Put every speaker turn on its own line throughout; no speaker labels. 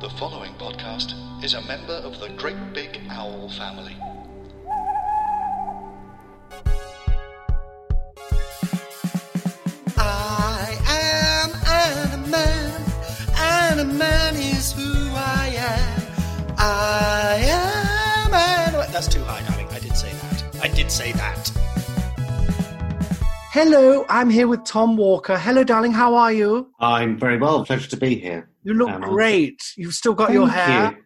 The following podcast is a member of the Great Big Owl family.
I am an man, and a man is who I am. I am an. That's too high, darling. I did say that. I did say that. Hello, I'm here with Tom Walker. Hello, darling. How are you?
I'm very well. Pleasure to be here.
You look
Am I?
great. You've still got your
Thank
hair.
you.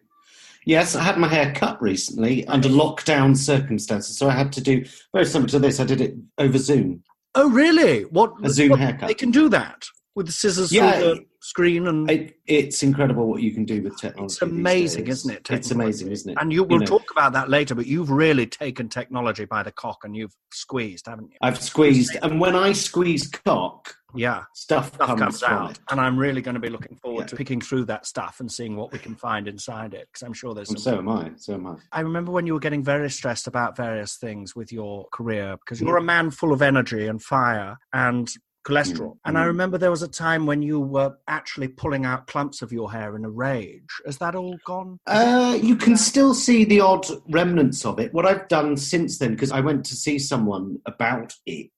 Yes, I had my hair cut recently under lockdown circumstances, so I had to do very similar to this. I did it over Zoom.
Oh, really? What?
A Zoom
what-
haircut.
They can do that with the scissors
Yeah,
through the screen, and
It, it's incredible what you can do with technology.
it's amazing,
these days.
isn't it?
It's amazing, isn't it?
And you will
know,
talk about that later, but you've really taken technology by the cock and you've squeezed, haven't you?
I've squeezed, and when I squeeze cock,
yeah,
stuff,
stuff
comes,
comes
from
out,
it.
and I'm really going to be looking forward
Yeah.
to picking through that stuff and seeing what we can find inside it because I'm sure there's.
And
Some...
so am I. So am I.
I remember when you were getting very stressed about various things with your career because you're a
Mm.
man full of energy and fire and cholesterol. And I
Mm.
remember there was a time when you were actually pulling out clumps of your hair in a rage. Is that all gone?
Uh, you can still see the odd remnants of it. What I've done since then, because I went to see someone about it,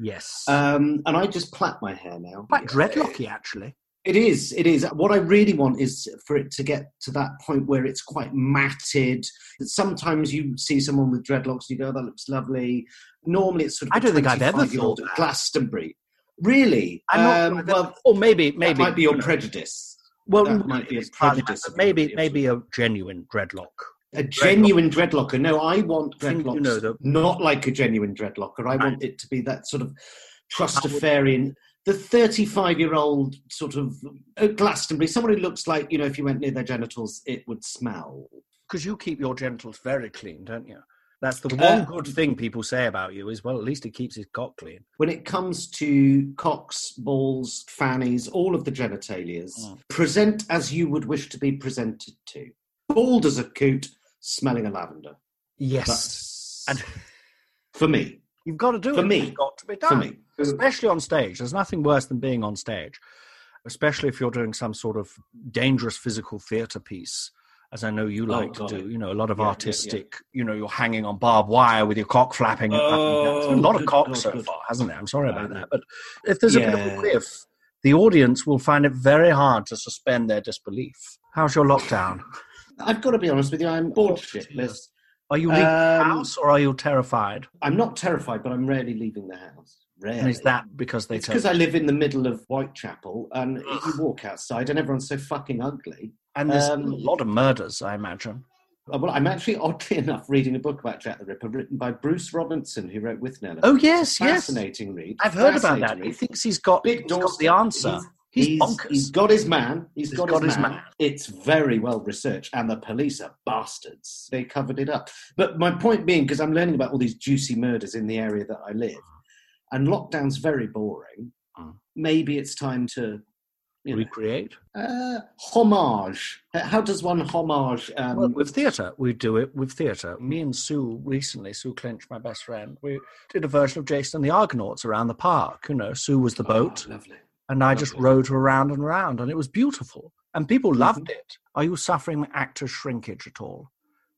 Yes.
um, and I just plait my hair now.
Quite dreadlocky, actually.
It is. It is. What I really want is for it to get to that point where it's quite matted. Sometimes you see someone with dreadlocks, you go, "Oh, "That looks lovely." Normally, it's sort of.
I
a
don't think I've ever
25-year-old
thought that.
at Glastonbury. Really?
I'm not,
Um,
sure that-
well,
or maybe
maybe
maybe
might be your
you know,
prejudice.
Well,
that might be a
it's part of
prejudice
that,
of
but maybe
yours.
maybe a genuine dreadlock.
A genuine dreadlocker. No, I want
I think
dreadlocks.
you know that-
Not like a genuine dreadlocker. I
Right.
want it to be that sort of trustafarian, the 35 year old sort of uh, Glastonbury, someone who looks like, you know, if you went near their genitals, it would smell.
Because you keep your genitals very clean, don't you? That's the one
Uh,
good thing people say about you is well, at least he keeps his cock clean.
When it comes to cocks, balls, fannies, all of the genitalias,
Mm.
present as you would wish to be presented to. Bald as a coot, smelling a lavender.
Yes,
That's
And-
for me.
you've got to do
For
it.
me.
it's got to be
For
done,
me.
especially on stage. There's nothing worse than being on stage, especially if you're doing some sort of dangerous physical theatre piece. As I know you like
Oh, God.
to do, you know, a lot of
Yeah, yeah, yeah.
artistic, you know, you're hanging on barbed wire with your cock flapping. and up and down. It's been a lot
Oh,
of
good
cock
God,
so
good.
far, hasn't it? I'm sorry
I
about
know.
that. But if there's a bit of
Yeah.
a whiff, the audience will find it very hard to suspend their disbelief. How's your lockdown?
I've got to be honest with you. I'm bored shitless.
Are you leaving the
Um,
house or are you terrified?
I'm not terrified, but I'm rarely leaving the house. Rarely.
And is that because they
It's
tell
because
you?
I live in the middle of Whitechapel, and you
Ugh.
walk outside, and everyone's so fucking ugly.
And there's
um,
a lot of murders, I imagine.
Uh, Well, I'm actually oddly enough reading a book about Jack the Ripper, written by Bruce Robinson, who wrote With Nella.
Oh, yes, yes.
fascinating read.
I've heard about that.
Fascinating
He
read.
thinks he's got,
Big
he's got the
doorstep.
answer. He's, bonkers.
he's got his man. he's got, his, man. It's very well researched, and the police are bastards. They covered it up. But my point being, because I'm learning about all these juicy murders in the area that I live, and lockdown's very boring.
Mm.
Maybe it's time to, you know,
Recreate.
uh, homage. Uh, How does one homage? Um,
Well, with theatre, we do it with theatre. Me and Sue recently, Sue Clinch, my best friend, we did a version of Jason and the Argonauts around the park. You know, Sue was the boat,
Oh, lovely.
and I just
lovely. Mm-hmm.
rode her around and round, and it was beautiful, and people loved it. Are you suffering actor shrinkage at all?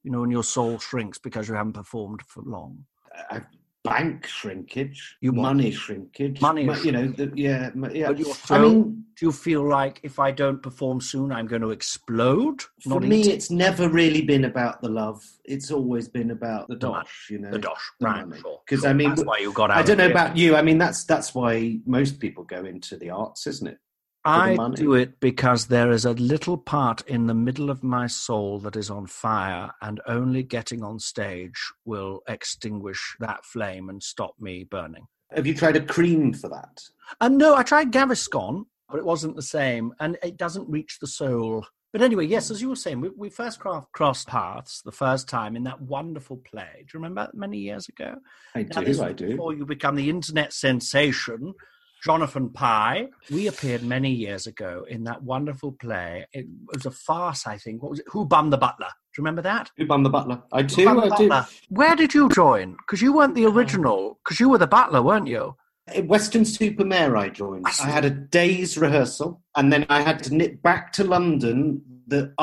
You know, when your soul shrinks because you haven't performed for long.
Uh, bank shrinkage,
You what?
money shrinkage,
Money
mo- you know, the, yeah, mo- yeah.
But your
I
throat-
mean,
Do you feel like if I don't perform soon, I'm going to explode?
for
Not
me,
eating
it's never really been about the love. It's always been about the
The money.
dosh, you know.
the dosh,
the
right?
money.
sure,
'Cause,
sure.
I mean,
that's why you got out.
I don't
of
know
theatre.
about you. I mean, that's that's why most people go into the arts, isn't it? the
I
money.
do it because there is a little part in the middle of my soul that is on fire, and only getting on stage will extinguish that flame and stop me burning.
Have you tried a cream for that?
And no, I tried Gaviscon, but it wasn't the same, and it doesn't reach the soul. But anyway, yes, as you were saying, we, we first craft, crossed paths the first time in that wonderful play. Do you remember that many years ago?
I
Now, this
do, I
was
do.
Before you become the internet sensation, Jonathan Pye, we appeared many years ago in that wonderful play. It was a farce, I think. What was it? Who bummed the butler? Do you remember that?
Who bummed the butler? I do,
Bummed the
I do. Uh,
Butler. Where did you join? Because you weren't the original. Because you were the butler, weren't you?
At Western Supermare, I joined. I had a day's rehearsal, and then I had to nip back to London the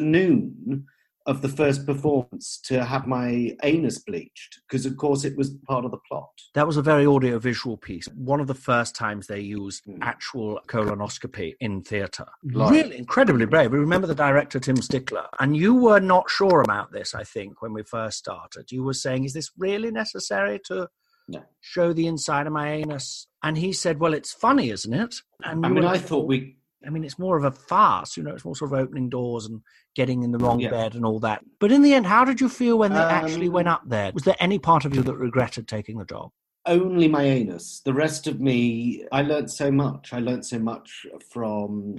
afternoon of the first performance to have my anus bleached, because of course it was part of the plot.
That was a very audiovisual piece. One of the first times they used
Hmm.
actual colonoscopy in theatre.
Right.
Really incredibly brave. We remember the director, Tim Stickler, and you were not sure about this, I think, when we first started. You were saying, is this really necessary to
No.
show the inside of my anus? And he said, well, it's funny, isn't it? And
I
you
mean,
were
I
like,
thought we.
I mean, it's more of a farce, you know, it's more sort of opening doors and getting in the wrong
Yeah.
bed and all that. But in the end, how did you feel when they actually
Um,
went up there? Was there any part of you that regretted taking the job?
Only my anus. The rest of me, I learnt so much. I learnt so much from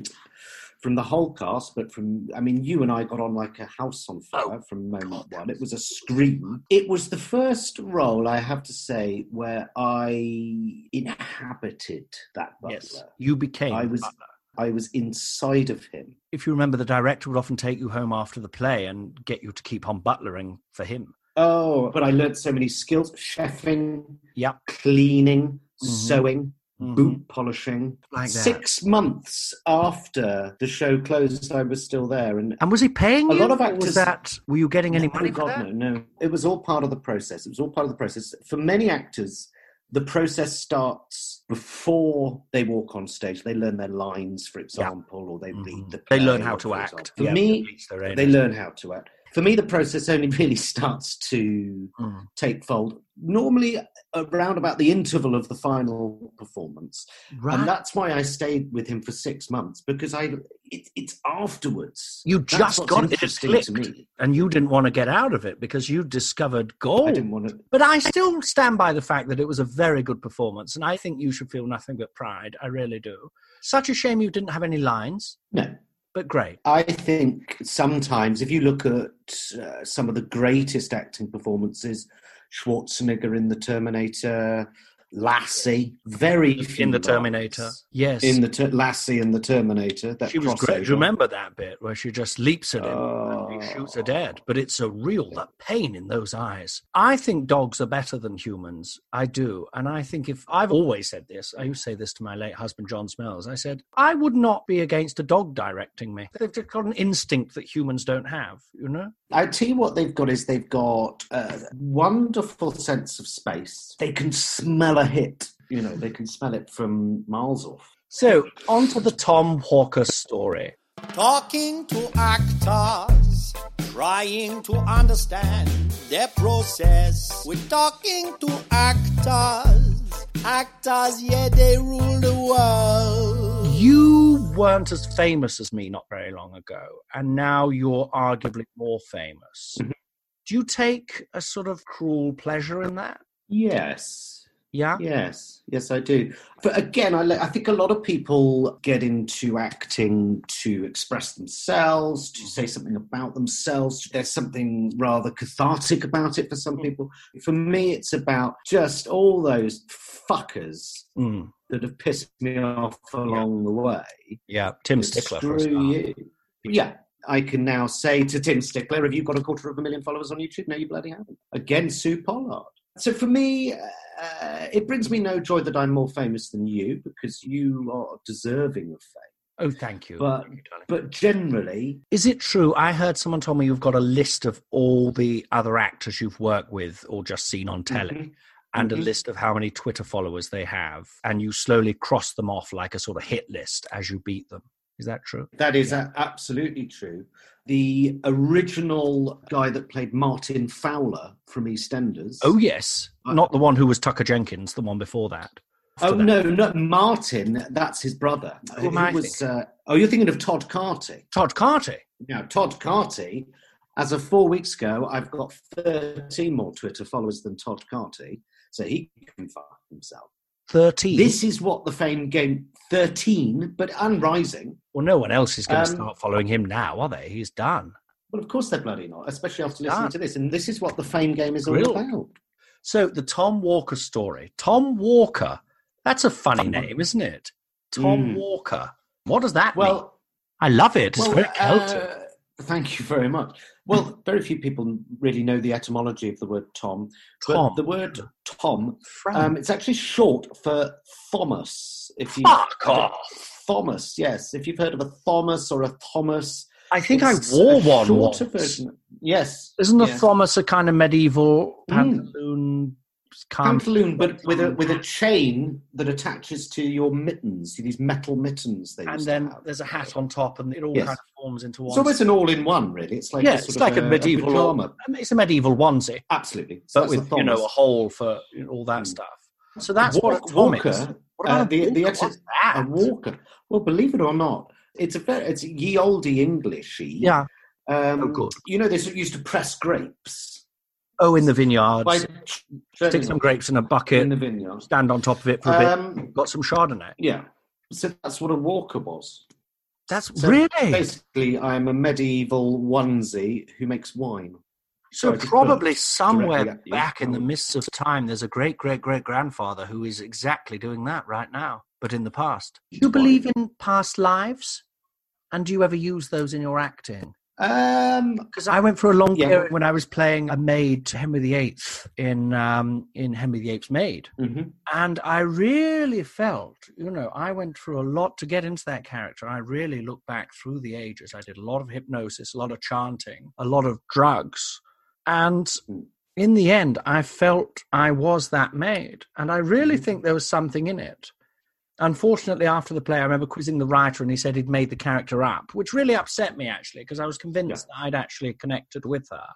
from the whole cast, but from I mean, you and I got on like a house on fire from moment one. It was a scream. It was the first role I have to say where I inhabited that butler.
Yes, you became.
I
the
was-
butler.
I was inside of him.
If you remember, the director would often take you home after the play and get you to keep on butlering for him.
Oh, but I learnt so many skills: chefing,
Yep.
cleaning,
Mhm.
sewing.
Mhm.
boot polishing.
Like that.
Six months after the show closed, I was still there, and
And was he paying
A
you?
lot of
or was
actors-
that were you getting any
No,
money for
God,
that?
No, no. It was all part of the process. It was all part of the process. For many actors, the process starts before they walk on stage. They learn their lines, for example, or they read
Mhm.
the.
They learn
play,
how to
for
act.
example. For
Yeah,
me,
reach their own-
they learn how to act. For me, the process only really starts to
Mm.
take fold normally around about the interval of the final performance.
Right.
And that's why I stayed with him for six months because I it, it's afterwards.
You
That's
just
what's
got it. It just
interesting to
clicked.
me.
and you didn't want to get out of it because you discovered gold.
I didn't want to.
But I still stand by the fact that it was a very good performance, and I think you should feel nothing but pride. I really do. Such a shame you didn't have any lines,
No,
but great.
I think sometimes if you look at uh, some of the greatest acting performances, Schwarzenegger in The Terminator, Lassie, very few
In the
lines.
Terminator, yes,
in the ter- Lassie in the Terminator. That
she was great. Do
crossover.
you remember that bit where she just leaps at him and he
Oh.
shoots her dead? But it's a real that pain in those eyes. I think dogs are better than humans. I do, and I think if I've always said this, I used to say this to my late husband John Smells. I said I would not be against a dog directing me. They've just got an instinct that humans don't have. You know.
I tell you what they've got is they've got a wonderful sense of space. They can smell a hit. You know, they can smell it from miles off.
So, on to the Tom Hawker story.
Talking to actors, trying to understand their process. We're talking to actors, actors, yeah, they rule the world.
You weren't as famous as me not very long ago, and now you're arguably more famous. Do you take a sort of cruel pleasure in that?
Yes.
Yeah?
Yes, yes, I do. But again, I, li- I think a lot of people get into acting to express themselves, to say something about themselves. There's something rather cathartic about it for some people. For me, it's about just all those fuckers
Mm,
that have pissed me off along the way.
yeah, Tim
It's
Stickler. For a
Screw
start.
you. Yeah. I can now say to Tim Stickler, have you got a quarter of a million followers on YouTube? No, you bloody haven't. Again, Sue Pollard. So for me, uh, it brings me no joy that I'm more famous than you because you are deserving of fame.
Oh, thank you.
But-
Thank you, darling.
But generally,
Is it true? I heard someone tell me you've got a list of all the other actors you've worked with or just seen on telly.
Mhm.
and a
Mhm.
list of how many Twitter followers they have, and you slowly cross them off like a sort of hit list as you beat them. Is that true?
that is a- absolutely true. The original guy that played Martin Fowler from EastEnders.
Oh yes,
Uh,
not the one who was Tucker Jenkins, the one before that.
Oh
After that.
no, not Martin. That's his brother.
Who am I
He was, uh, oh, you're thinking of Todd Carty.
Todd Carty.
Now, Todd Carty, as of four weeks ago, I've got 13 more Twitter followers than Todd Carty, so he can fuck himself.
13.
This is what the fame game 13, but and rising.
well, no one else is going to
Um,
start following him now, are they? He's done.
Well, of course they're bloody not, especially after listening
Ah.
to this. And this is what the fame game is all
Grill.
about.
So the Tom Walker story. Tom Walker. That's a funny name, isn't it? Tom
Mm.
Walker. What does that mean?
Well,
I love it. It's
well,
very Celtic.
uh, thank you very much. Well, very few people really know the etymology of the word Tom. but
Tom.
the word Tom,
Frank.
um, it's actually short for Thomas. If you
Fuck off.
Thomas, yes. If you've heard of a Thomas or a Thomas,
I think I
It's
wore
a
one once.
shorter version. Yes.
Isn't a
yes.
Thomas a kind of medieval
Mm.
pantaloon? kind of-
pantaloon, but with a with a chain that attaches to your mittens, these metal mittens they
and
used
then
to have.
there's a hat on top, and it all
Yes.
kind of forms into one.
It's almost an all-in-one, really. It's like
yeah,
a sort
it's
of
like a, medieval.
pyjama.
it's a medieval onesie,
Absolutely.
but
So that's
with
the
you know a
Thomas.
hole for you know, all that
Mm.
stuff. So that's
Walk-
what a Tom
Walker,
is. What
uh,
about
the-
a
the
Walker?
exit-
What's that?
a walker. Well, believe it or not, it's a very, it's ye olde Englishy.
Yeah.
Um,
Oh, good.
You know, they sort of used to press grapes.
Oh, in the vineyards.
By
Stick some
in
grapes in a bucket.
the vineyard.
stand on top of it for a
Um,
bit. Got some Chardonnay.
yeah. So that's what a walker was.
That's
So
really
Basically, I'm a medieval onesie who makes wine.
so.
I just
Probably
looked directly
somewhere
at you.
back in the
Oh.
mists of time, there's a great great great grandfather who is exactly doing that right now, but in the past. Do you believe in past lives, and do you ever use those in your acting?
Um,
Because I went for a long
Yeah.
period when I was playing a maid to Henry VIII in um, in Henry VIII's Maid,
mhm.
and I really felt, you know, I went through a lot to get into that character. I really looked back through the ages. I did a lot of hypnosis, a lot of chanting, a lot of drugs. And in the end, I felt I was that maid. And I really think there was something in it. Unfortunately, after the play, I remember quizzing the writer and he said he'd made the character up, which really upset me actually, because I was convinced that I'd actually connected with her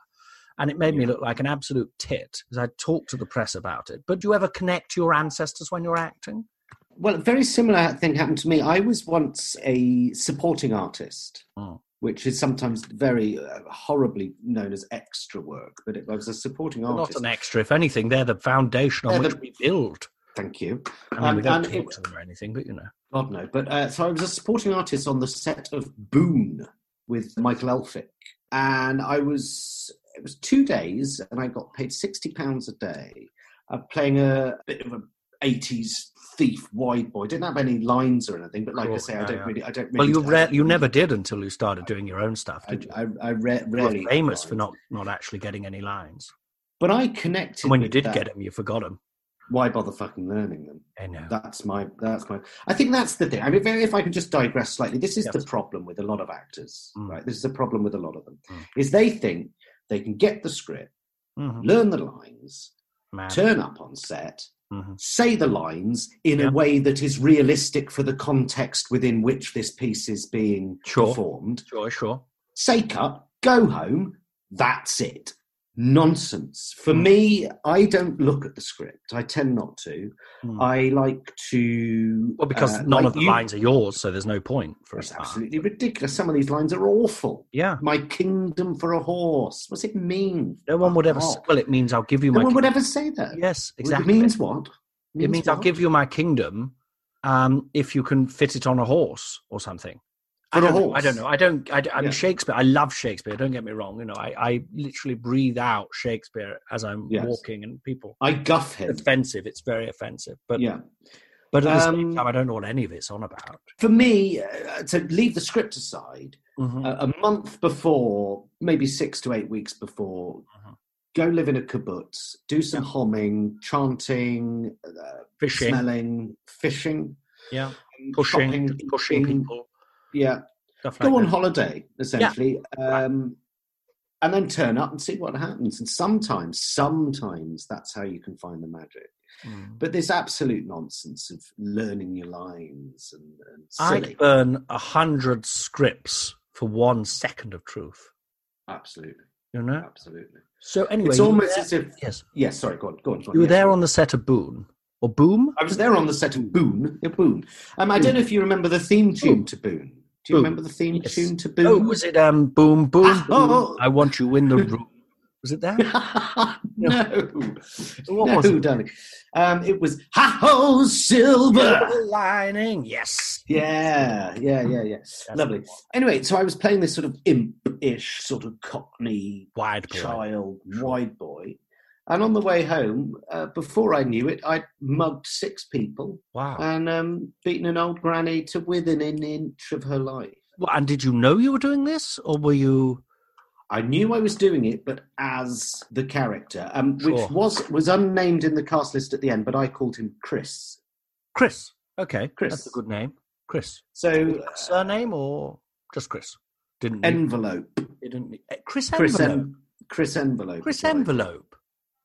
and it made me look like an absolute tit because I talked to the press about it. But do you ever connect to your ancestors when you're acting?
Well, a very similar thing happened to me. I was once a supporting artist,
Oh.
which is sometimes very uh, horribly known as extra work, but it, I was a supporting
They're Not
artist.
an extra, if anything, they're the foundation on
They're
which
the-
we build.
Thank you.
I mean, we
Um,
don't
and
talk
it-
to them or anything, but you know.
God, no. But uh, so I was a supporting artist on the set of Boone with Michael Elphick. And I was, it was two days, and I got paid £60 a day uh, playing a bit of an 80s thief wide boy. Didn't have any lines or anything, but like I
Cool.
say, I
Yeah,
don't
yeah.
really, I don't really.
Well, you
I
re-
don't
you
really-
never did until you started doing your own stuff,
I,
did you?
I, I re-
You were
rarely. got
famous for
lines.
not, not actually getting any lines.
But I connected.
And when you
with
did
that.
get them, you forgot them.
why bother fucking learning them?
I know.
That's my. That's my. I think that's the thing. I mean, if, if I can just digress slightly, this is
Yes.
the problem with a lot of actors,
Mm.
right? This is the problem with a lot of them
Mm.
is they think they can get the script,
Mhm.
learn the lines,
Mad.
turn up on set,
Mhm.
say the lines in
Yeah.
a way that is realistic for the context within which this piece is being
Sure.
performed,
Sure, sure.
say cut, go home, that's it. Nonsense. For
Hmm.
me, I don't look at the script. I tend not to.
Mm.
I like to.
well, because
uh,
none
like
of the
you-
lines are yours, so there's no point for a
That's
start.
absolutely ridiculous. Some of these lines are awful.
Yeah.
My kingdom for a horse. What's it mean?
No one would ever.
Oh.
s Well, it means I'll give you
No
my.
one would
kingdom.
ever say that.
Yes,
It
exactly.
means what?
it means I'll
what?
give you my kingdom um, if you can fit it on a horse or something. I
For a
don't, know, I
horse.
don't know. I don't. I, I mean,
Yeah.
Shakespeare. I love Shakespeare. Don't get me wrong. You know, I, I literally breathe out Shakespeare as I'm
Yes.
walking, and people
I guff him.
offensive. It's very offensive. But
Yeah.
but at the same
Um,
time, I don't know what any of it's on about.
For me, uh, to leave the script aside,
Mhm.
a, a month before, maybe six to eight weeks before,
Mhm.
go live in a kibbutz, do some humming, chanting, uh,
Fishing,
smelling, fishing,
yeah,
and
pushing,
shopping,
pushing
eating.
people.
Yeah,
Stuff like
go on
that.
holiday essentially um, and then turn up and see what happens and sometimes sometimes that's how you can find the magic
Mm.
but this absolute nonsense of learning your lines and, and
I'd
silly
burn a hundred scripts for one second of truth.
absolutely
You know.
absolutely
So anyway,
it's
you were
almost
there-
as if
yes.
yeah sorry go on go on, go on
You were
yeah.
there on the set of Boom or Boom?
i was there on the set of boone yeah, boone um, i don't know if you remember the theme tune
Boom.
to boone do you
Boom.
remember the theme
Yes.
tune to boone
Oh, was it um Boom Boom?
Ah, oh,
Boom, I want you in the room. Was it that?
no.
What
no,
was it?
darling. Um, it was Ha Ho Silver.
Silver lining. Yes.
Yeah, yeah, yeah, yeah. Lovely.
the one.
Anyway, so I was playing this sort of imp-ish, sort of cockney
Wide boy.
child, wide boy. And on the way home, uh, before I knew it, I'd mugged six people
Wow.
and um, beaten an old granny to within an inch of her life.
Well, and did you know you were doing this, or were you?
I knew I was doing it, but as the character, um,
Sure.
which was was unnamed in the cast list at the end, but I called him Chris.
Chris. Okay,
Chris.
That's a good name, Chris.
So
Surname or just Chris? Didn't need,
envelope,
didn't need- eh, Chris
Chris,
envelope.
en- Chris envelope,
Chris
is what I-
envelope.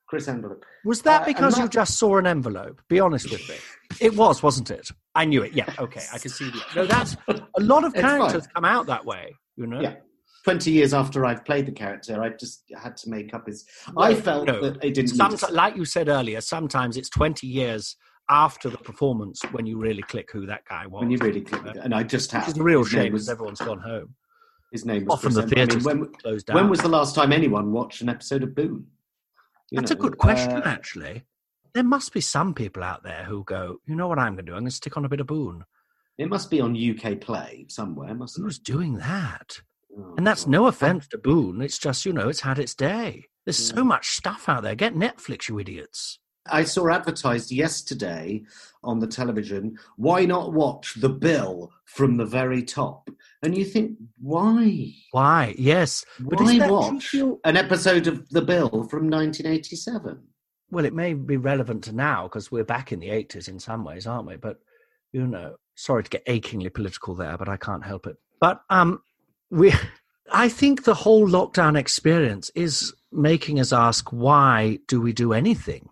Chris envelope.
Was that
Uh, and
because you
that-
just saw an envelope? Be honest with me. It was, wasn't it? I knew it. Yeah. Okay. I can see. The, no, that's a lot of
It's fine.
characters come out that way. You know.
Yeah. Twenty years after I'd played the character, I just had to make up his. I felt
no.
that I didn't. need
Sometimes,
to-
like you said earlier, sometimes it's twenty years after the performance when you really click who that guy was.
when you really click, and I just had.
which is the real
his name
shame
Was,
because everyone's gone home.
his name was
Often
Chris
the
Envelope. I mean,
theatres
when,
closed down.
when was the last time anyone watched an episode of Boone? You
That's a
know,
good question,
uh,
actually. There must be some people out there who go, you know what I'm going to do? I'm going to stick on a bit of Boone.
It must be on UK Play somewhere, mustn't it?
Who's doing that?
Oh,
And that's
God.
no offense to Boone. It's just, you know, it's had its day. There's so
Mm.
much stuff out there. Get Netflix, you idiots.
I saw advertised yesterday on the television. Why not watch The Bill from the very top? And you think, why?
Why? Yes. But is
why
that- do you
watch
feel-
an episode of The Bill from 1987?
Well, it may be relevant to now because we're back in the 80s in some ways, aren't we? But, you know, sorry to get achingly political there, but I can't help it. But um, we, I think the whole lockdown experience is making us ask why do we do anything?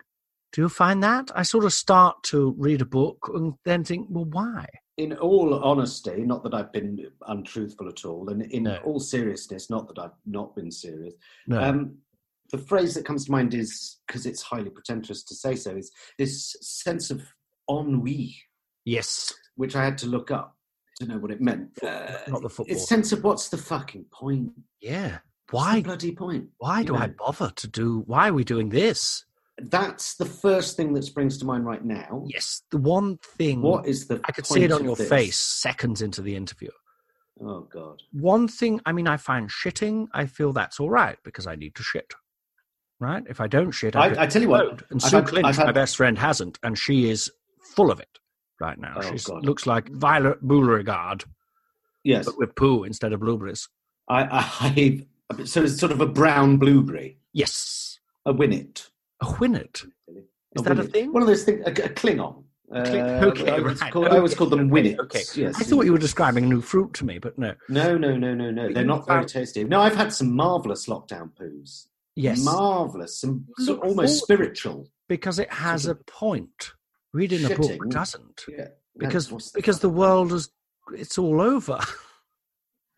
Do you find that? I sort of start to read a book and then think, well, why?
In all honesty, not that I've been untruthful at all, and in
No.
all seriousness, not that I've not been serious.
No.
Um, the phrase that comes to mind is because it's highly pretentious to say so is this sense of ennui,
yes,
which I had to look up to know what it meant. Uh,
not the football.
it's sense of what's the fucking point?
yeah.
What's
Why?
the bloody point?
Why
you
do I
know?
bother to do? Why are we doing this?
That's the first thing that springs to mind right now.
Yes, the one thing.
What is the?
I could see it
point
on
of
your
this?
face seconds into the interview.
Oh God.
One thing, I mean, I find shitting, I feel that's all right because I need to shit. Right? If I don't shit, I,
I, I tell you what.
explode. And
I've
Sue
had-
Clinch,
I've had-
my best friend, hasn't, and she is full of it right now.
Oh,
She
God.
looks like Violet Beauregard,
Yes.
but with poo instead of blueberries.
I, I, I. So it's sort of a brown blueberry.
Yes,
A winnet.
a winnet. Is that a thing?
One of those things. A, a Klingon.
Kling-
Uh,
okay,
I always,
right.
call, I always call them winnets.
Okay.
Yes.
I thought you were describing a new fruit to me, but no.
No, no, no, no, no.
But
They're
you
not very
found-
tasty. No, I've had some marvelous lockdown poos.
Yes,
Marvelous. Some sort
Look
of almost
forward-
spiritual.
because it has a
sort
point. Reading a book
Shitting.
doesn't,
Yeah.
because
That's-
because the world is it's all over.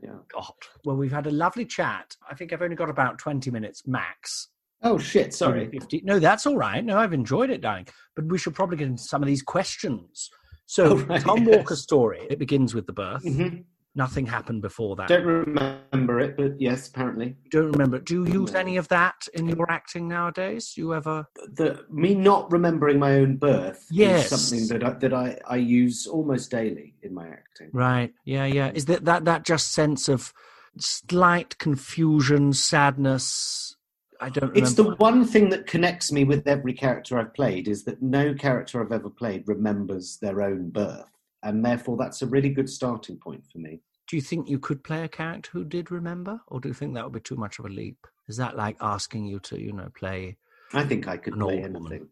Yeah.
God. Well, we've had a lovely chat. I think I've only got about 20 minutes max.
Oh shit!
Maybe
Sorry.
50. No, that's all right. No, I've enjoyed it, darling. But we should probably get into some of these questions. So,
Oh, right,
Tom
yes.
Walker's story, it begins with the birth.
Mhm.
Nothing happened before that.
Don't remember it, but yes, apparently.
You don't remember. Do you use
No.
any of that in your acting nowadays? You ever?
the me not remembering my own birth
Yes.
is something that I, that I, I use almost daily in my acting.
Right. Yeah, yeah. Is that, that that just sense of slight confusion, sadness? I don't remember.
It's the one thing that connects me with every character I've played is that no character I've ever played remembers their own birth, and therefore that's a really good starting point for me.
do you think you could play a character who did remember or do you think that would be too much of a leap is that like asking you to you know play
I think I could
An
play
old woman.
anything.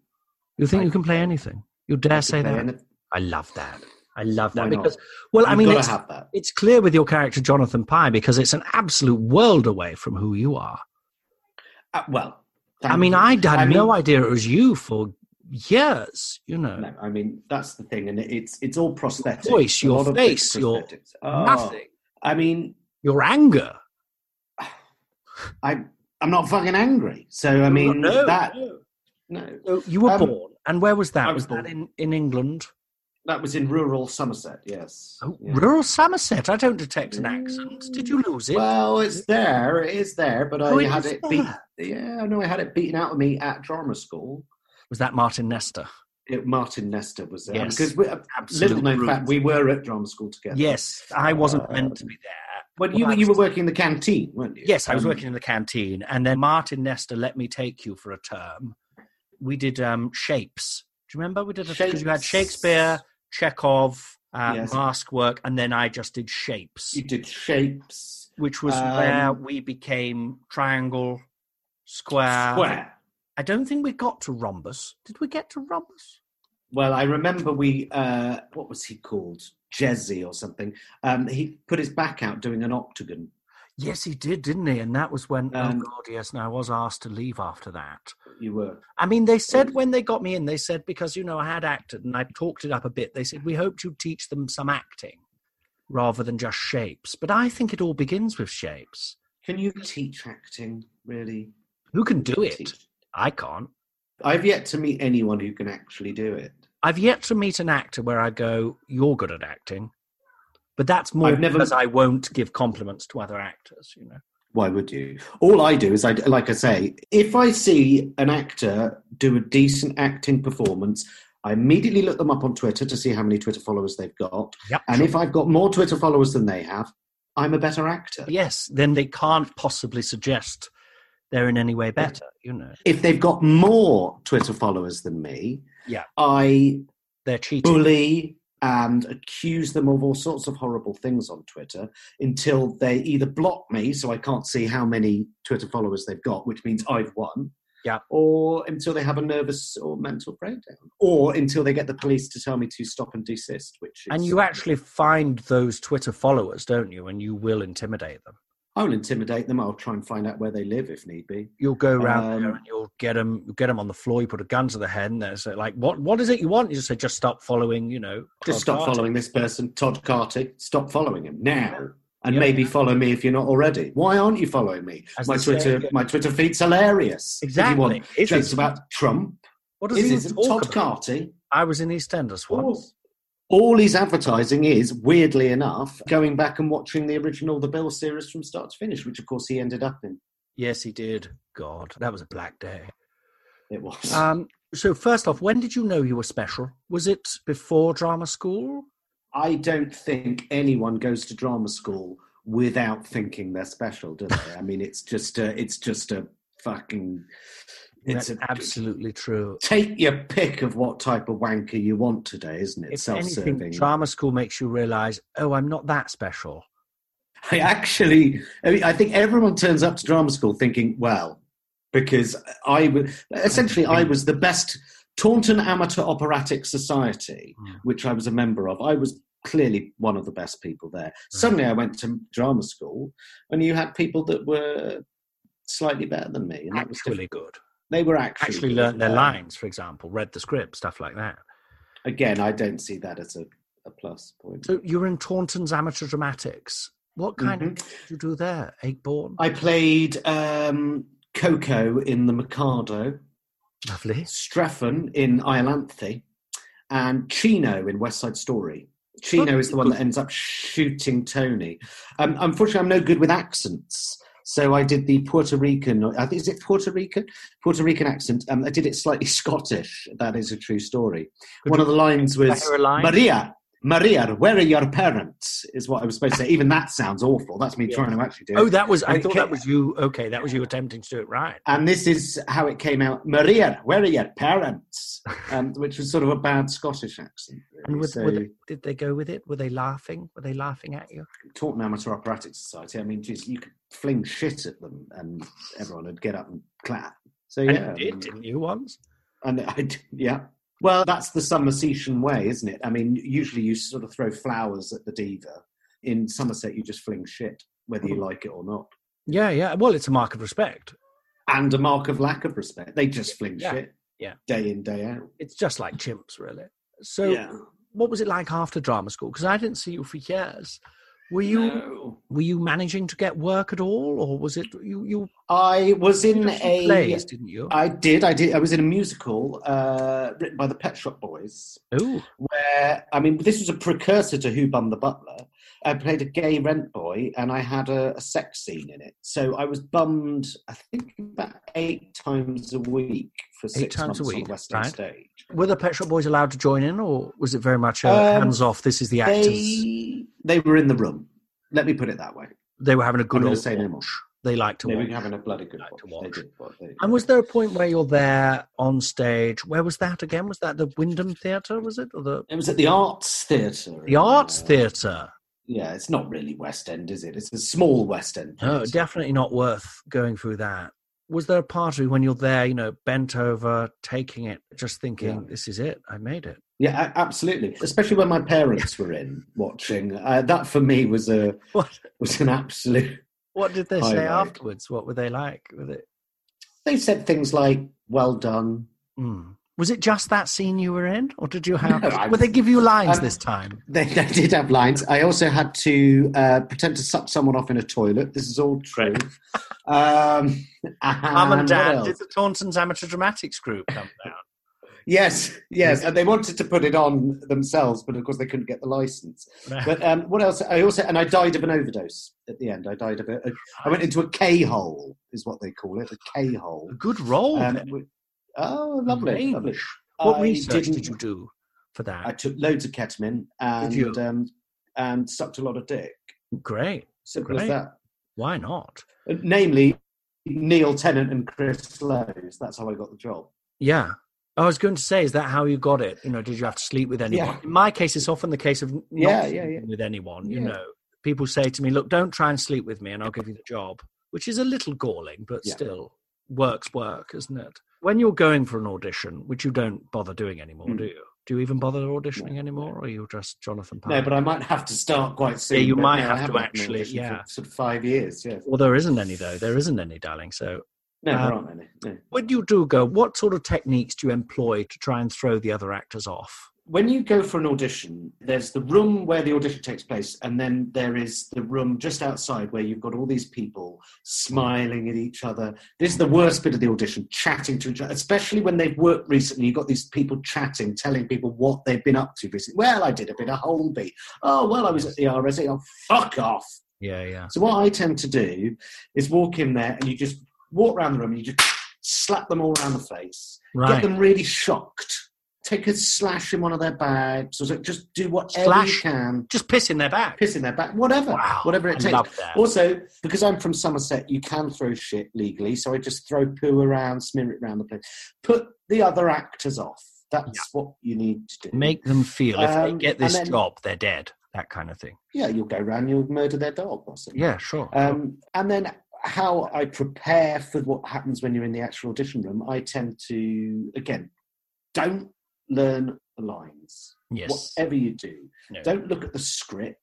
you think
I
you can play anything you
I
dare
could
say
play
that
anyth-
i love that i love that
Why not?
because well i
You've
mean
gotta
it's,
have that.
it's clear with your character jonathan pye because it's an absolute world away from who you are
Uh, well,
i
thank
mean
you.
i had
I mean-
no idea it was you for years you know
No, I mean that's the thing, and it's it's all prosthetic.
voice,
A
your
lot of it's
face, your
prosthetics. Oh,
nothing
I mean,
your anger
I I'm not fucking angry. So I mean
no,
that
no.
no.
So you were
Um,
born and where was that
I
was
was
that
born.
in in england
That was in rural Somerset, yes.
Oh,
Yeah.
Rural Somerset. I don't detect an accent. Did you lose it?
Well, it's there. It is there, but
Oh,
I
it
had
is
it beat.
there.
Yeah, I know I had it beaten out of me at drama school.
Was that Martin Nestor?
It, Martin Nestor was there
Yes.
because we, uh,
Absolute
little known
brute.
fact, we Uh, were at drama school together.
Yes, I wasn't meant to be there.
but
Well,
you,
I
you were
was-
working in the canteen, weren't you?
Yes, I was
Um,
working in the canteen, and then Martin Nestor let me take you for a term. We did um, shapes. Do you remember we did? a- 'cause You had
Shapes.
Shakespeare, Chekhov, uh,
Yes.
mask work, and then I just did shapes,
You did shapes,
which was where
um,
we became triangle, square.
square.
I don't think we got to rhombus. Did we get to rhombus?
Well, I remember we, uh, what was he called? Jezzy or something. Um, he put his back out doing an octagon.
Yes, he did, didn't he? And that was when
Um,
oh god, yes. And I was asked to leave after that.
You were.
I mean, they said when they got me in, they said because you know I had acted and I talked it up a bit. They said we hoped you'd teach them some acting rather than just shapes. But I think it all begins with shapes.
Can you teach acting, really?
Who can do it?
Teach.
I can't.
I've yet to meet anyone who can actually do it.
I've yet to meet an actor where I go, "You're good at acting," but that's more
I've never-
because I won't give compliments to other actors. You know,
Why would you? All I do is, I like I say, if I see an actor do a decent acting performance, I immediately look them up on Twitter to see how many Twitter followers they've got.
yep.
And if I've got more Twitter followers than they have, I'm a better actor.
yes, then they can't possibly suggest they're in any way better. You know,
If they've got more Twitter followers than me,
Yeah.
I
they're cheating.
bully and accuse them of all sorts of horrible things on Twitter until they either block me so I can't see how many Twitter followers they've got, which means I've won.
Yeah.
Or until they have a nervous or mental breakdown. Or until they get the police to tell me to stop and desist, which is
And you actually find those Twitter followers, don't you? And you will intimidate them.
I'll intimidate them, I'll try and find out where they live if need be.
You'll go around there
Um,
and you'll get them, you'll get them on the floor. You put a gun to the head, and they say, "Like, what? What is it you want?" You just say, "Just stop following." You know,
Just
Todd
stop
Carter."
following this person, Todd Carter. Stop following him now. And
Yeah.
maybe follow me if you're not already. Why aren't you following me?
As
my
they say,
Twitter
yeah.
my Twitter feed's hilarious. If you want
Exactly. Is
jokes
it?
about Trump.
what does
Is
he
it
even talk
Todd
about?
Carty?
I was in EastEnders once.
All his advertising is, weirdly enough, going back and watching the original The Bill series from start to finish, which of course he ended up in.
Yes, he did. God, that was a black day.
It was.
Um, so first off, when did you know you were special? Was it before drama school?
I don't think anyone goes to drama school without thinking they're special, do they? I mean, it's just a, it's just a fucking. It's
That's
an
absolutely true.
Take your pick of what type of wanker you want today, isn't it?
If
Self-serving.
anything, drama school makes you realize, oh, I'm not that special.
I actually, I, mean, I think everyone turns up to drama school thinking, well, because I was essentially I was the best Taunton Amateur Operatic Society,
Mm.
which I was a member of. I was clearly one of the best people there. Suddenly, I went to drama school, and you had people that were slightly better than me, and that was
Actually
different.
good.
They were actually
actually
good.
learnt their
Um,
lines, for example, read the script, stuff like that.
Again, I don't see that as a, a plus point.
So you were in Taunton's Amateur Dramatics. What kind of thing did you do there? Eggborn?
Mm-hmm. I played um, Coco in the Mikado.
Lovely.
Streffan in Iolanthe, and Chino in West Side Story. Chino is the one that ends up shooting Tony. Um, unfortunately, I'm no good with accents. So I did the Puerto Rican, I think, is it Puerto Rican? Puerto Rican accent. Um, I did it slightly Scottish. That is a true story.
Could
one of the lines was
hear a line?
Maria, Maria, where are your parents? Is what I was supposed to say. Even that sounds awful. That's me trying to actually do it.
Oh, that was, I
And it
thought
ca-
that was you. Okay, that was you attempting to do it right.
and this is how it came out Maria, where are your parents? Um, which was sort of a bad Scottish accent. Really.
And with,
so,
with, did they go with it? Were they laughing? Were they laughing at you?
Taunton Amateur Operatic Society, I mean, geez, you could fling shit at them and everyone would get up and clap. So,
And
yeah. mm.
you did, didn't you, once?
And I, d- yeah. Well, that's the Somersettian way, isn't it? I mean, usually you sort of throw flowers at the diva. In Somerset, you just fling shit, whether
Mm-hmm.
you like it or not.
Yeah, yeah. Well, it's a mark of respect.
And a mark of lack of respect. They just fling
Yeah.
shit.
Yeah.
Day in, day out.
It's just like chimps, really. So what was it like after drama school? Because I didn't see you for years. Were you
No.
were you managing to get work at all, or was it you? You
I was in
did a few
a.
plays, didn't you?
I did. I did. I was in a musical uh, written by the Pet Shop Boys.
Oh,
Where I mean, this was a precursor to Who Bummed the Butler. I played a gay rent boy, and I had a, a sex scene in it. So I was bummed. I think about eight times a week for six
times a
months on
week,
the West End
right.
stage.
were the Pet Shop Boys allowed to join in, or was it very much uh,
Um,
hands off? This is the actors. They,
They they were in the room. Let me put it that way.
were having a
I'm
good
gonna
old
say no more.
watch. They like to
They were
watch.
having a bloody good
Like
watch.
to
They
watch.
did what they-
And was there a point where you're there on stage? Where was that again? Was that the Wyndham Theatre? Was it or the
It was at the Arts Theatre.
the Arts
Uh,
Theatre?
Yeah, it's not really West End, is it? It's a small West End.
No,
theatre.
definitely not worth going through that. Was there a part of you when you're there, you know, bent over, taking it, just thinking,
Yeah.
"This is it. I made it."
Yeah, a- absolutely. Especially when my parents were in watching. Uh, that for me was a
What?
was an absolute.
What did they say
Highlight.
afterwards? What were they like with it?
They said things like "Well done."
Mm. Was it just that scene you were in, or did you have?
No, I-
Would they give you lines
Um,
this time?
They, they did have lines. I also had to uh, pretend to suck someone off in a toilet. This is all true. um,
Mum and
what
Dad
else?
did the Tauntons Amateur Dramatics Group come down.
Yes, yes, and they wanted to put it on themselves, but of course they couldn't get the license. But um, what else? I also and I died of an overdose at the end. I died of a. a I went into a K hole, is what they call it, a K hole.
A good role.
Um,
then.
w- oh, lovely,
Amazing.
lovely.
What
I
research did
didn't-
you do for that?
I took loads of ketamine
you?
and um, and sucked a lot of dick.
Great.
Simple as
Great.
that.
Why not?
Uh, Namely, Neil Tennant and Chris Lowe's. That's how I got the job.
Yeah. I was going to say, is that how you got it? You know, did you have to sleep with anyone?
Yeah.
In my case, it's often the case of n- not
Yeah, yeah,
sleeping with anyone. You
Yeah.
know, people say to me, "Look, don't try and sleep with me, and I'll give you the job," which is a little galling, but
Yeah.
still works work, isn't it? When you're going for an audition, which you don't bother doing anymore,
Mm.
do you? Do you even bother auditioning anymore, or you're just Jonathan? Pye?
No, but I might have to start quite soon.
you
but
might
no, I
have to
haven't had an
actually,
audition
yeah.
For sort of five years, yes.
well, there isn't any though. There isn't any, darling. So
No,
Um,
there aren't any. no.
when you do go, what sort of techniques do you employ to try and throw the other actors off?
When you go for an audition, there's the room where the audition takes place, and then there is the room just outside where you've got all these people smiling at each other. This is the worst bit of the audition, chatting to each other, especially when they've worked recently. You've got these people chatting, telling people what they've been up to recently. Well, I did a bit of Holby. Oh, well, I was at the RSA. Oh, fuck off.
Yeah, yeah.
So what I tend to do is walk in there and you just walk around the room and you just slap them all around the face,
Right.
get them really shocked. Take a slash in one of their bags, or so- just do whatever
Slash?
you can.
Just piss in their back.
Piss in their back, whatever,
Wow,
whatever
I
it takes.
love that.
Also, because I'm from Somerset, you can throw shit legally, so I just throw poo around, smear it around the place. Put the other actors off. That's what you need to do.
Make them feel if they
Um,
get this
and then-
job, they're dead. That kind of thing.
yeah, you'll go round, you'll murder their dog or something.
Yeah, sure.
Um, and then how I prepare for what happens when you're in the actual audition room, I tend to, again, don't learn the lines.
yes.
Whatever you do,
No.
don't look at the script.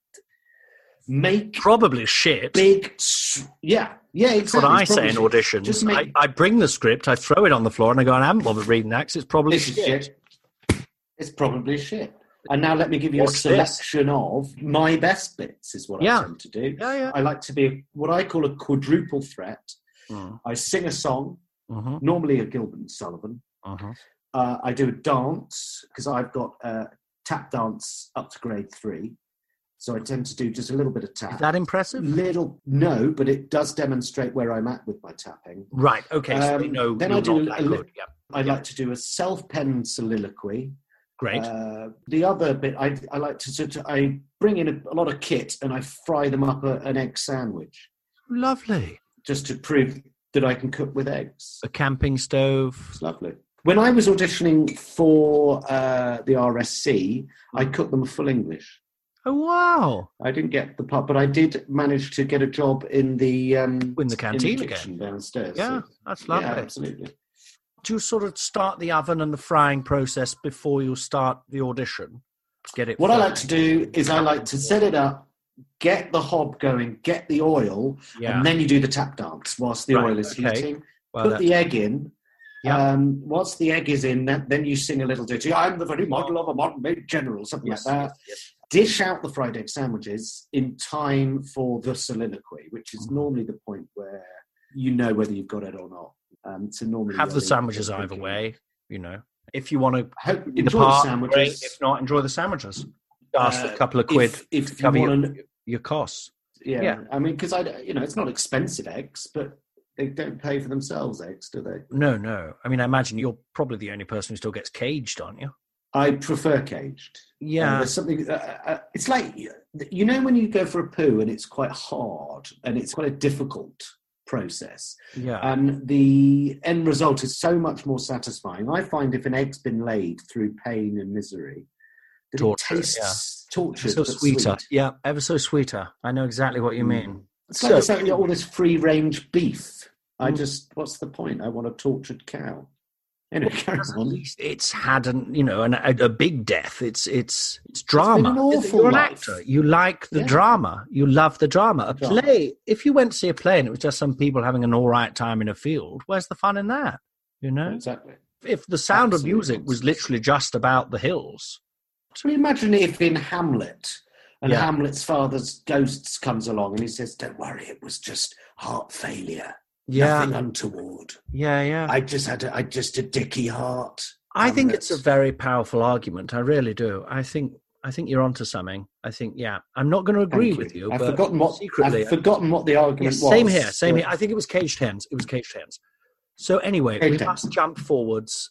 Mm.
Make
Probably shit.
big, s- yeah, yeah,
That's
exactly.
what I
It's
say in
probably shit.
auditions.
Just make
I, I bring the script, I throw it on the floor, and I go, I haven't bothered reading that 'cause it's probably
this is
shit.
shit. It's probably shit. And now let me give you
Watch
a
this.
selection of my best bits. Is what
Yeah.
I tend to do.
Yeah, yeah.
I like to be what I call a quadruple threat.
Mm,
I sing a song,
mhm,
normally a Gilbert and Sullivan.
mhm.
Uh, I do a dance because I've got uh, tap dance up to grade three, so I tend to do just a little bit of tap.
Is that impressive?
little no, but it does demonstrate where I'm at with my tapping.
Right. Okay. so they
Um,
know
then
you're
I do
not
a
that
li-
good. Yeah.
I like to do a self-penned soliloquy.
Great.
Uh, the other bit, I, I like to, sort of I bring in a, a lot of kit and I fry them up a, an egg sandwich
Lovely.
just to prove that I can cook with eggs.
A camping stove.
It's lovely. When I was auditioning for uh, the RSC, I cooked them full English.
Oh wow!
I didn't get the part, but I did manage to get a job in the um,
In the canteen again.
kitchen downstairs.
Yeah,
So-
that's
yeah,
lovely.
absolutely.
do you sort of start the oven and the frying process before you start the audition? Get it.
What I
fried?
like to do is I like to set it up, get the hob going, get the oil,
Yeah.
and then you do the tap dance whilst the
Right,
oil is
okay.
heating.
well,
Put
that-
the egg in.
Yeah.
Um, once the egg is in, then then you sing a little ditty. I'm the very model of a modern-made general, something
yes,
like that.
yes, yes.
dish out the fried egg sandwiches in time for the soliloquy, which
Mm.
is normally the point where you know whether you've got it or not. Um, so normally
Have
whether
the
you're
sandwiches either
thinking-
way, you know. If you want to
I hope you
in the
enjoy
park,
the
sandwiches.
sandwiches.
If not, enjoy the sandwiches. Ask for
Uh,
a couple of quid
if, if
to
you
cover your,
want to
your costs.
Yeah,
Yeah.
I mean, because I, you know, it's not expensive eggs, but they don't pay for themselves eggs, do they?
No, no. I mean, I imagine you're probably the only person who still gets caged, aren't you?
I prefer caged. And
Yeah.
there's something. Uh, uh, it's like you know when you go for a poo and it's quite hard and it's quite a difficult process,
Yeah.
and the end result is so much more satisfying. I find if an egg's been laid through pain and misery, that
Torture,
it tastes tortured,
so
but
sweeter.
sweet.
Yeah, ever so sweeter. I know exactly what you
Mm.
mean.
It's like
So-
saying all this free range beef. I
Mm.
just, what's the point? I want a tortured cow. Anyway, carry
At
on.
least it's had an you know an, a, a big death. It's it's it's drama.
an awful
You're an
life.
actor. You like the
Yeah.
drama. You love the drama. A
Drama.
play. If you went to see a play and it was just some people having an all right time in a field, where's the fun in that? You know,
Exactly.
if the sound of
Absolute
music was
nonsense.
literally just about the hills,
So imagine if in Hamlet, and
Yeah.
Hamlet's father's ghost comes along and he says, Don't worry, it was just heart failure. Nothing untoward.
yeah, yeah.
I just had a, I just a dicky heart.
I think
Hamlet.
it's a very powerful argument. I really do. I think I think you're onto something. I think yeah. I'm not going to agree
Thank
with you.
I've
but
forgotten what
secretly.
I've forgotten what the
Yeah,
argument was.
same here. Same
but-
here. I think it was caged hens. It was caged hens. So anyway, we
Caged hens.
must jump forwards.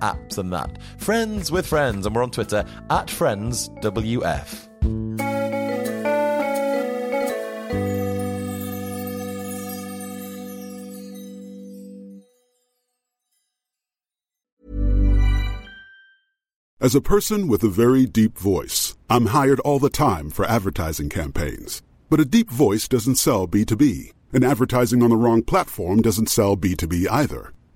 apps and that. Friends with Friends, and we're on Twitter at FriendsWF.
As a person with a very deep voice, I'm hired all the time for advertising campaigns. But a deep voice doesn't sell B2B, and advertising on the wrong platform doesn't sell B2B either.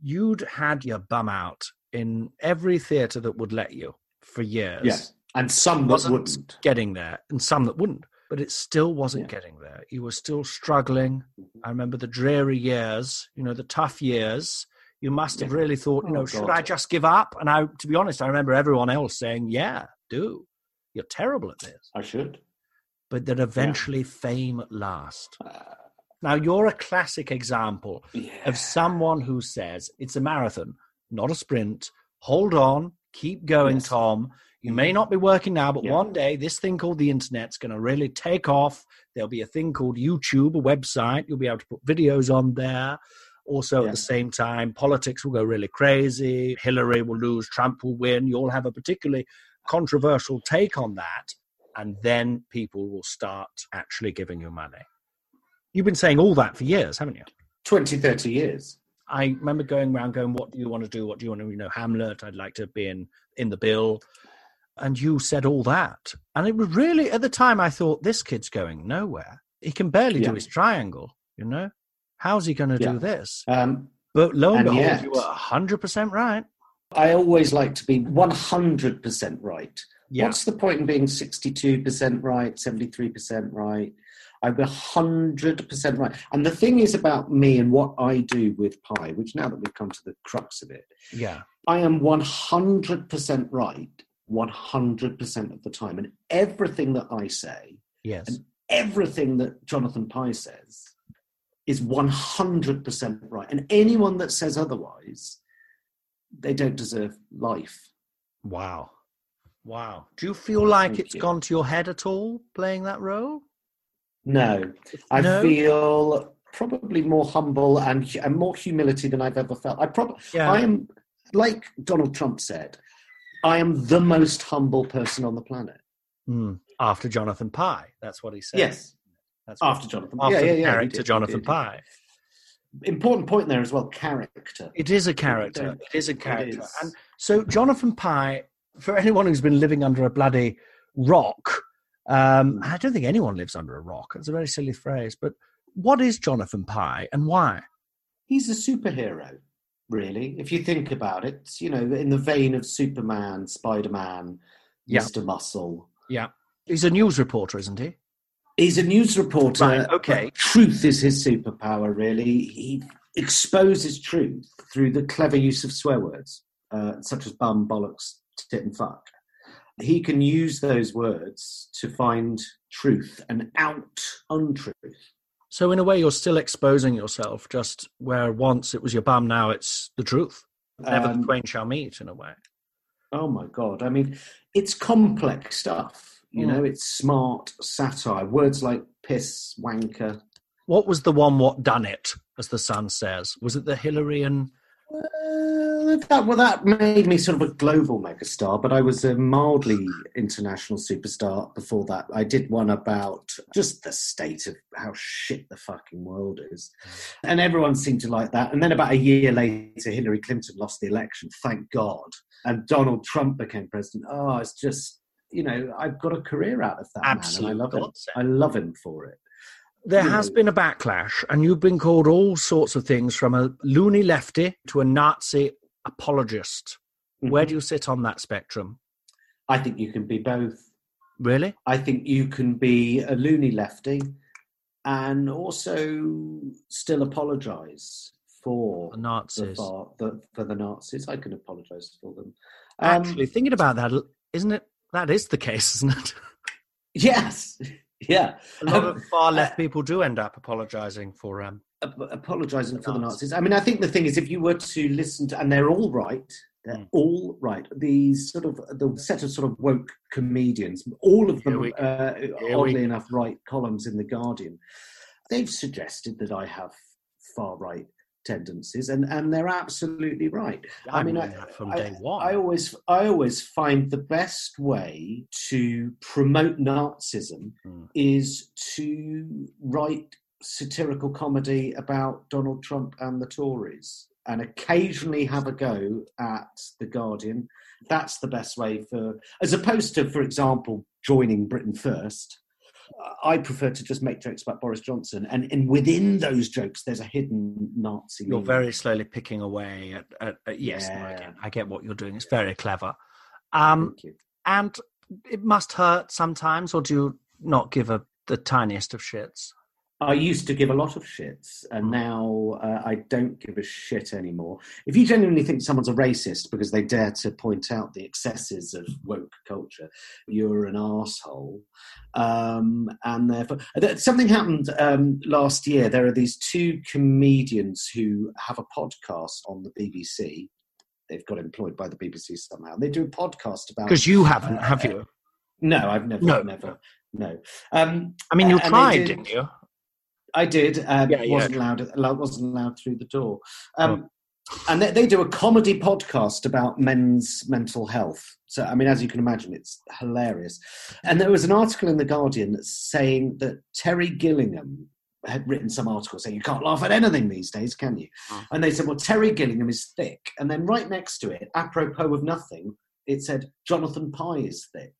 You'd had your bum out in every theatre that would let you for years.
Yeah. And some that
Wasn't-
wouldn't.
Getting there, and some that wouldn't. But it still wasn't
Yeah.
getting there. You were still struggling. I remember the dreary years, you know, the tough years. You must have
Yeah.
really thought, you
Oh,
know, should
God.
I just give up? And I, to be honest, I remember everyone else saying, yeah, do. You're terrible at this.
I should.
but then eventually fame at last.
Uh,
Now, you're a classic example
yeah.
of someone who says it's a marathon, not a sprint. Hold on, keep going,
Yes. Mm-hmm.
Tom. You may not be working now, but
Yeah.
one day this thing called the internet's going to really take off. There'll be a thing called YouTube, a website. You'll be able to put videos on there. Also, at
Yeah.
the same time, politics will go really crazy. Hillary will lose, Trump will win. You'll have a particularly controversial take on that. And then people will start actually giving you money. You've been saying all that for years, haven't you?
20, 30 years.
I remember going around going, "What do you want to do? What do you want to, you know, Hamlet? I'd like to be in in the bill." And you said all that, and it was really at the time I thought this kid's going nowhere. He can barely
Yeah.
do his triangle, you know. How's he going to
Yeah.
do this?
Um,
But lo and,
And
behold,
yet-
you were hundred percent right.
I always like to be 100% right. What's the point in being 62% right, 73% right? I'm 100% right. And the thing is about me and what I do with pie, which now that we've come to the crux of it,
Yeah.
I am 100% right 100% of the time. And everything that I say,
Yes.
And- everything that Jonathan Pye says, is 100% right. And anyone that says otherwise, they don't deserve life.
Wow. Wow. Do you feel like
Thank
it's
you.
gone to your head at all playing that role?
No, I
No?
feel probably more humble and, hu- and more humility than I've ever felt. I probably
Yeah.
I am like Donald Trump said, I am the most humble person on the planet.
Hmm. After Jonathan Pye. That's what he said.
Yes,
That's what-
after Jonathan.
After
yeah, yeah,
the
yeah, he
character
did, he
Jonathan
did.
Pye.
Important point there as well. Character.
It is a character.
don't-
It is a
it
character.
is.
And so Jonathan Pye, for anyone who's been living under a bloody rock, um, I don't think anyone lives under a rock. It's a very silly phrase, but what is Jonathan Pye and why?
He's a superhero, really. If you think about it, you know, in the vein of Superman, Spider Man,
Yeah.
Mister Muscle.
He's a news reporter, isn't he?
He's a news reporter.
Right, okay.
but Truth is his superpower, really. He exposes truth through the clever use of swear words, uh, such as bum, bollocks, tit, and fuck. He can use those words to find truth and out untruth.
So in a way, you're still exposing yourself. Just where once it was your bum, now it's the truth. Never
Um,
the twain shall meet. In a way,
Oh my god! I mean, it's complex stuff. You
Mm.
know, it's smart satire. Words like piss, wanker.
what was the one what done it? As the sun says, was it the Hillary and
Uh, that well, that made me sort of a global megastar, but I was a mildly international superstar before that. I did one about just the state of how shit the fucking world is, and everyone seemed to like that. And then about a year later, Hillary Clinton lost the election. Thank God, and Donald Trump became president. Oh, it's just you know, I've got a career out of that
Absolute
man, and I love him.
godsend.
I love him for it.
There
you
has
know.
been a backlash, and you've been called all sorts of things from a loony lefty to a Nazi apologist. Where
Mm-hmm.
do you sit on that spectrum?
I think you can be both.
Really?
I think you can be a loony lefty and also still apologise for
The
the,
Nazis.
far, the for the Nazis. I can apologise for them. Um,
Actually, thinking about that, isn't it? That is the case, isn't it?
yes, yeah.
A lot of far left people do end up apologizing for um,
apologising for the
Nazis.
Nazis. I mean, I think the thing is, if you were to listen to, and they're all right, they're
Mm.
all right. These sort of the set of sort of woke comedians, all of
Here
them,
we go.
uh,
we go.
oddly enough, write columns in the Guardian. They've suggested that I have far right tendencies, and and they're absolutely right.
I
I
mean,
mean, I-
that from day one.
I always I always find the best way to promote Nazism
Mm.
is to write satirical comedy about Donald Trump and the Tories and occasionally have a go at the Guardian. That's the best way for as opposed to, for example, joining Britain First. uh, I prefer to just make jokes about Boris Johnson, and, and within those jokes, there's a hidden Nazi.
you're
meaning.
very slowly picking away at, at, at yes, no, I,
Yeah.
get, I get what you're doing. It's very clever. Um,
Thank you.
and it must hurt sometimes, or do you not give a the tiniest of shits?
I used to give a lot of shits,
Hmm.
and now uh, I don't give a shit anymore. If you genuinely think someone's a racist because they dare to point out the excesses of woke culture, you're an asshole. Um, and therefore, th- something happened um, last year. There are these two comedians who have a podcast on the BBC. They've got employed by the BBC somehow. They do a podcast about
Because Uh, you haven't, have you?
No, I've never,
No.
never, no. Um,
I mean, you
and they
tried,
did-
did. not you?
I did. Um,
Yeah, yeah.
Wasn't allowed. allow- Wasn't allowed through the door. Um,
Oh.
And they, they do a comedy podcast about men's mental health. So, I mean, as you can imagine, it's hilarious. And there was an article in the Guardian saying that Terry Gillingham had written some article saying you can't laugh at anything these days, can you?
Oh.
And they said, well, Terry Gillingham is thick. And then right next to it, apropos of nothing, it said Jonathan Pye is thick.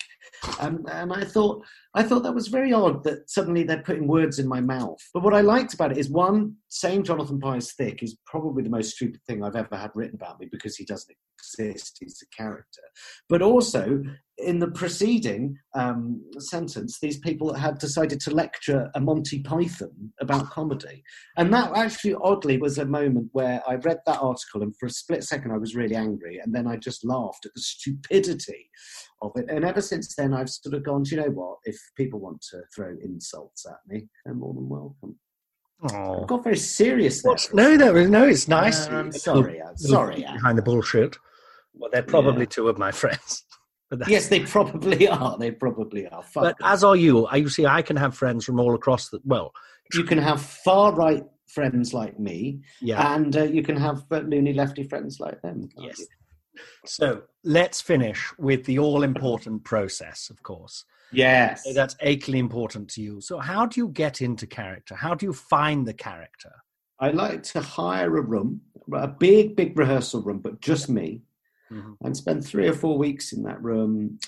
Um, and I thought, I thought that was very odd that suddenly they're putting words in my mouth. But what I liked about it is one, saying Jonathan Pye is thick is probably the most stupid thing I've ever had written about me because he doesn't exist. He's a character. But also, in the preceding um, sentence, these people had decided to lecture a Monty Python about comedy. And that actually, oddly, was a moment where I read that article, and for a split second, I was really angry. And then I just laughed at the stupidity of it. And ever since then, I've sort of gone, do you know what? If people want to throw insults at me, they're more than welcome.
Oh.
I got very serious there.
What's, no, no, no, it's nice.
Um, I'm sorry, I'm sorry. uh, Anne.
Behind the bullshit. Well, they're probably two of my friends. But that-
Yes, they probably are. They probably are. Fuck
But
them.
as are you. I- You see, I can have friends from all across the. Well,
you can have far right friends like me,
yeah.
and uh, you can have uh, loony lefty friends like them. can't
Yes.
you?
So let's finish with the all important process, of course.
Yes.
So that's achingly important to you. So, how do you get into character? How do you find the character?
I like to hire a room, a big, big rehearsal room, but just me,
Mhm.
and spend three or four weeks in that room.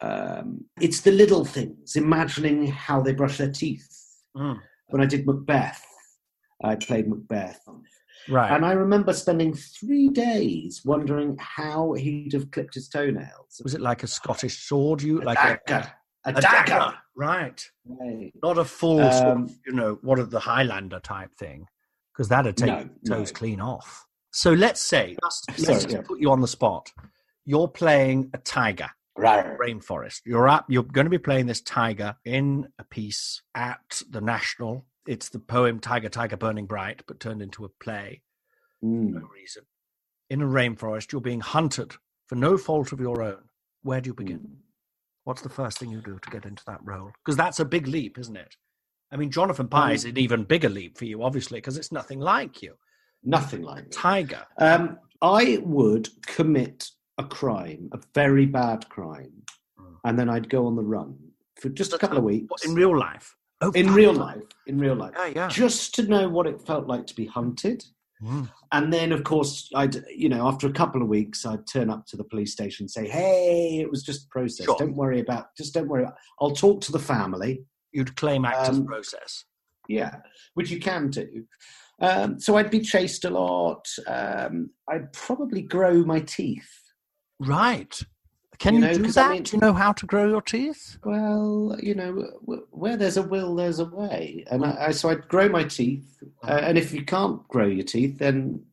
Um, it's the little things, imagining how they brush their teeth.
Mm.
When I did Macbeth, I played Macbeth.
Right.
And I remember spending three days wondering how he'd have clipped his toenails.
Was it like a Scottish sword? You like
dagger. A,
a
dagger.
dagger. Right.
Right.
Not a full,
Um,
sword, you know, what of the Highlander type thing, because that'd take
No,
your toes
no.
clean off. So let's say, just, let's
Sorry,
just
yeah.
put you on the spot. You're playing a tiger,
Rawr.
rainforest. You're up. You're going to be playing this tiger in a piece at the National. It's the poem "Tiger, Tiger, Burning Bright," but turned into a play.
Mm.
No reason. In a rainforest, you're being hunted for no fault of your own. Where do you begin? what's the first thing you do to get into that role? Because that's a big leap, isn't it? I mean, Jonathan Pye
Mm.
is an even bigger leap for you, obviously, because it's nothing like you.
Nothing like that.
Tiger.
Um, I would commit a crime, a very bad crime, and then I'd go on the run for just a couple of weeks.
In real life. Oh,
in
fuck.
real life. In real life.
Yeah, yeah.
Just to know what it felt like to be hunted.
Mm.
And then, of course, I'd, you know, after a couple of weeks, I'd turn up to the police station and say, hey, it was just a process.
Sure.
Don't worry about, just don't worry. About, I'll talk to the family.
You'd claim actor's
Um,
process.
Yeah, which you can do. Um, so I'd be chased a lot. Um, I'd probably grow my teeth.
Right. Can
you
you,
know,
do
'cause I
that?
mean-
do you know how to grow your teeth?
Well, you know, w- where there's a will, there's a way. And I, I, so I'd grow my teeth. Uh, and if you can't grow your teeth, then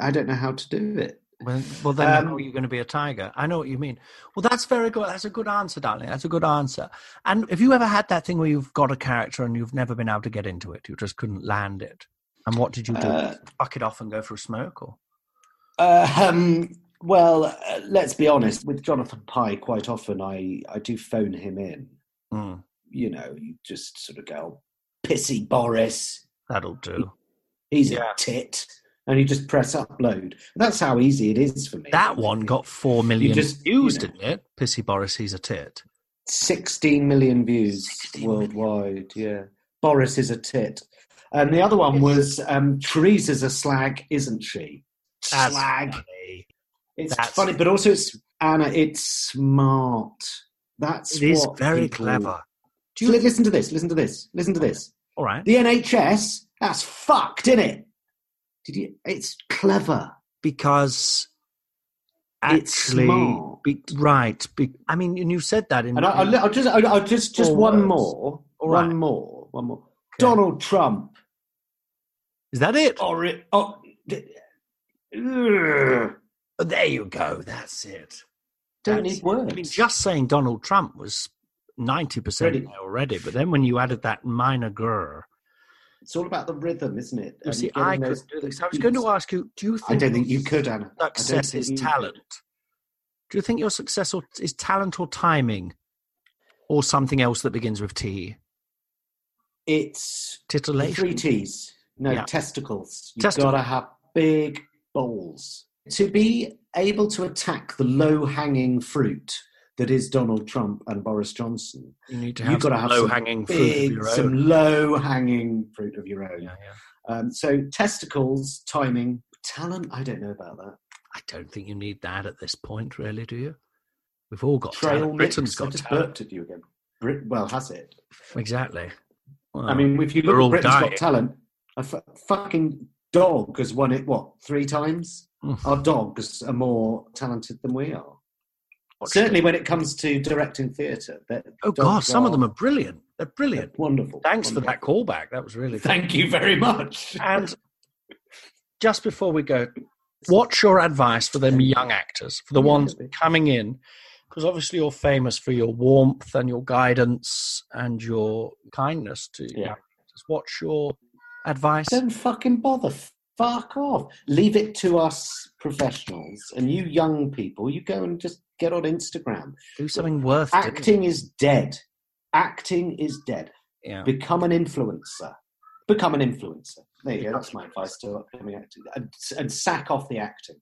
I don't know how to do it.
Well, well then
Um,
how are you going to be a tiger? I know what you mean. Well, that's very good. That's a good answer, darling. That's a good answer. And have you ever had that thing where you've got a character and you've never been able to get into it? You just couldn't land it. And what did you do?
Uh,
Fuck it off and go for a smoke, or
Uh, um, well, uh, let's be honest. With Jonathan Pye, quite often I, I do phone him in. Hmm,
Mm,
You know, you just sort of go, pissy Boris,
that'll do.
he's
Yeah.
a tit. And you just press upload. That's how easy it is for me.
That one got four million
just-
views,
you know.
didn't it? Pissy Boris, he's a tit.
16 million views
16 million.
worldwide. Yeah. Boris is a tit. And the other one was um, Teresa's a slag, isn't she?
That's
slag.
funny.
It's
That's-
funny, but also it's Anna, it's smart. That's
It is
what
very
people-
clever.
Do you li- listen to this? Listen to this. Listen to this.
All right.
The NHS. That's fucked, isn't it? Did you? It's clever.
Because
It's
actually,
smart.
be, right. Be, I mean, and you said that in.
And I, I'll, li- I'll just, I'll, I'll just, just
Four
one
words.
more.
All
one
right.
more. One more. Donald Trump.
is that it?
Or it. Oh, d- Ugh.
Oh, there you go. That's it.
don't
That's
need
it.
words.
I mean, just saying Donald Trump was 90%
Ready.
there already, but then when you added that minor grr.
it's all about the rhythm, isn't it?
You
And
see,
getting
I
those
couldn't do this. I was going to
beats.
ask you, do you think
I don't think
your
you could, Anna. I don't
Success
think
is
you could.
talent. Do you think your success or, is talent or timing or something else that begins with T?
It's The
Titillation?
Three T's. No,
Yeah.
testicles. You've
Testicle.
got to have big balls. To be able to attack the low hanging fruit that is Donald Trump and Boris Johnson,
You need to
you've
have,
got to have
low
some
hanging fruit of
big,
your own.
some low hanging fruit of your own.
Yeah, yeah.
Um, so, testicles, timing, talent, I don't know about that.
I don't think you need that at this point, really, do you? We've all got
Trail
talent. Britain's
mix. I
got
just
talent.
burped at you again. Brit- well, has it?
Exactly.
I
Well,
mean, if you look
Oh, we're all
at Britain's
dying.
Got Talent, a f- fucking dog has won it, what, three times?
Hmm.
Our dogs are more talented than we are. Certainly, when it comes to directing theatre.
Oh, God, some of them are brilliant. They're brilliant.
wonderful.
Thanks for
wonderful.
that callback. That was really
Thank you very much.
And just before we go, what's your advice for them young actors, for the ones coming in? Because obviously you're famous for your warmth and your guidance and your kindness to young
Yeah.
actors. What's your advice?
Don't fucking bother. Fuck off. Leave it to us professionals and you young people. You go and just get on Instagram.
Do something worth doing.
Acting is dead. Acting is dead.
Yeah.
Become an influencer. Become an influencer. There you go. That's my advice to upcoming actors. And, and sack off the acting.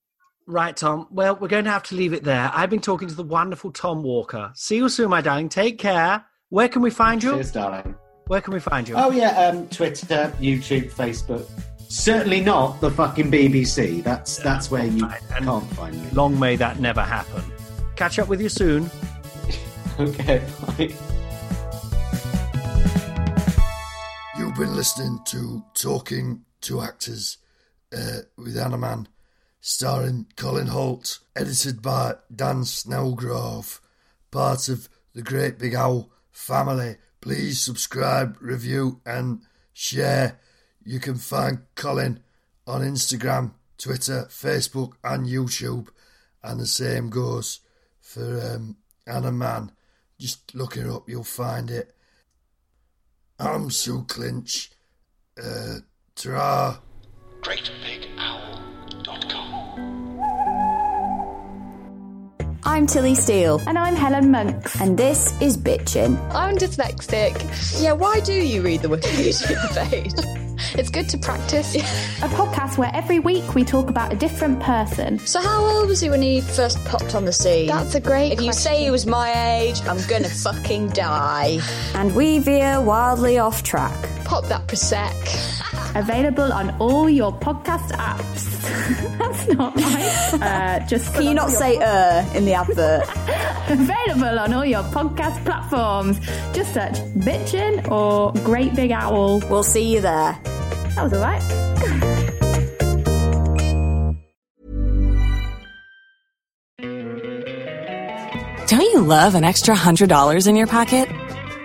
Right, Tom. Well, we're going to have to leave it there. I've been talking to the wonderful Tom Walker. See you soon, my darling. Take care. Where can we find you?
Cheers, darling.
Where can we find you?
Oh yeah, um, Twitter, YouTube, Facebook. Certainly not the fucking BBC. That's that's where you
fine. And-
can't find me.
Long may that never happen. Catch up with you soon.
Okay. bye.
You've been listening to Talking to Actors uh, with Anaman, starring Colin Holt, edited by Dan Snellgrove, part of the Great Big Owl family. Please subscribe, review, and share. You can find Colin on Instagram, Twitter, Facebook, and YouTube, and the same goes for um, Anaman. Just look her up, you'll find it. I'm Sue Clinch. Uh, ta
GreatBigOwl.com.
I'm Tilly Steele,
And I'm Helen Monks.
and this is Bitchin.
I'm dyslexic. Yeah, why do you read the Wikipedia page? It's good to practice. A podcast where every week we talk about a different person. So, how old was he when he first popped on the scene? That's a great If you say he was my age, I'm gonna fucking die.
And we veer wildly off track.
Pop that Prosec. Available on all your podcast apps. That's not right. Uh, just
Can you not say uh in the advert?
Available on all your podcast platforms. Just search Bitchin' or Great Big Owl.
we'll see you there.
That was alright.
Don't you love an extra $100 in your pocket?